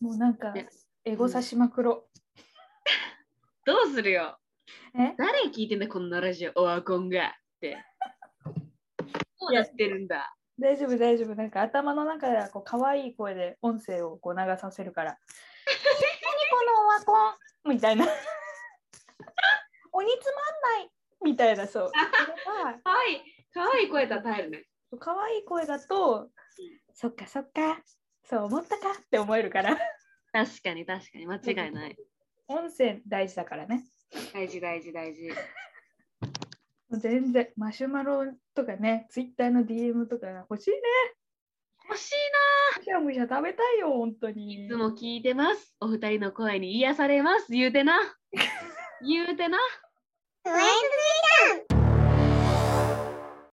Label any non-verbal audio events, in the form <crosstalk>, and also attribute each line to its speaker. Speaker 1: もうなんか
Speaker 2: ね、
Speaker 1: エゴさしまくろ。
Speaker 2: どうするよ
Speaker 1: え
Speaker 2: 誰聞いてんだこんなラジオオワコンがって。どうなってるんだ
Speaker 1: 大丈夫、大丈夫。なんか頭の中ではこう可愛い声で音声をこう流させるから。何このオワコンみたい
Speaker 2: <laughs>
Speaker 1: な。鬼つまんないみたいな、そう。それが
Speaker 2: かわいい、かわいい声とは耐えるね。
Speaker 1: 可愛い声だと、そっかそっか、そう思ったかって思えるから。
Speaker 2: 確かに確かに間違いない。
Speaker 1: 音声大事だからね。
Speaker 2: 大事大事大事。
Speaker 1: 全然、マシュマロとかね、ツイッターの DM とか欲しいね。
Speaker 2: 欲しい
Speaker 1: むしゃむしゃ食べたいよ、本当に。
Speaker 2: ないつも聞いてます。お二人の声 <laughs> に癒されます。言うてな。言うてな。
Speaker 3: When's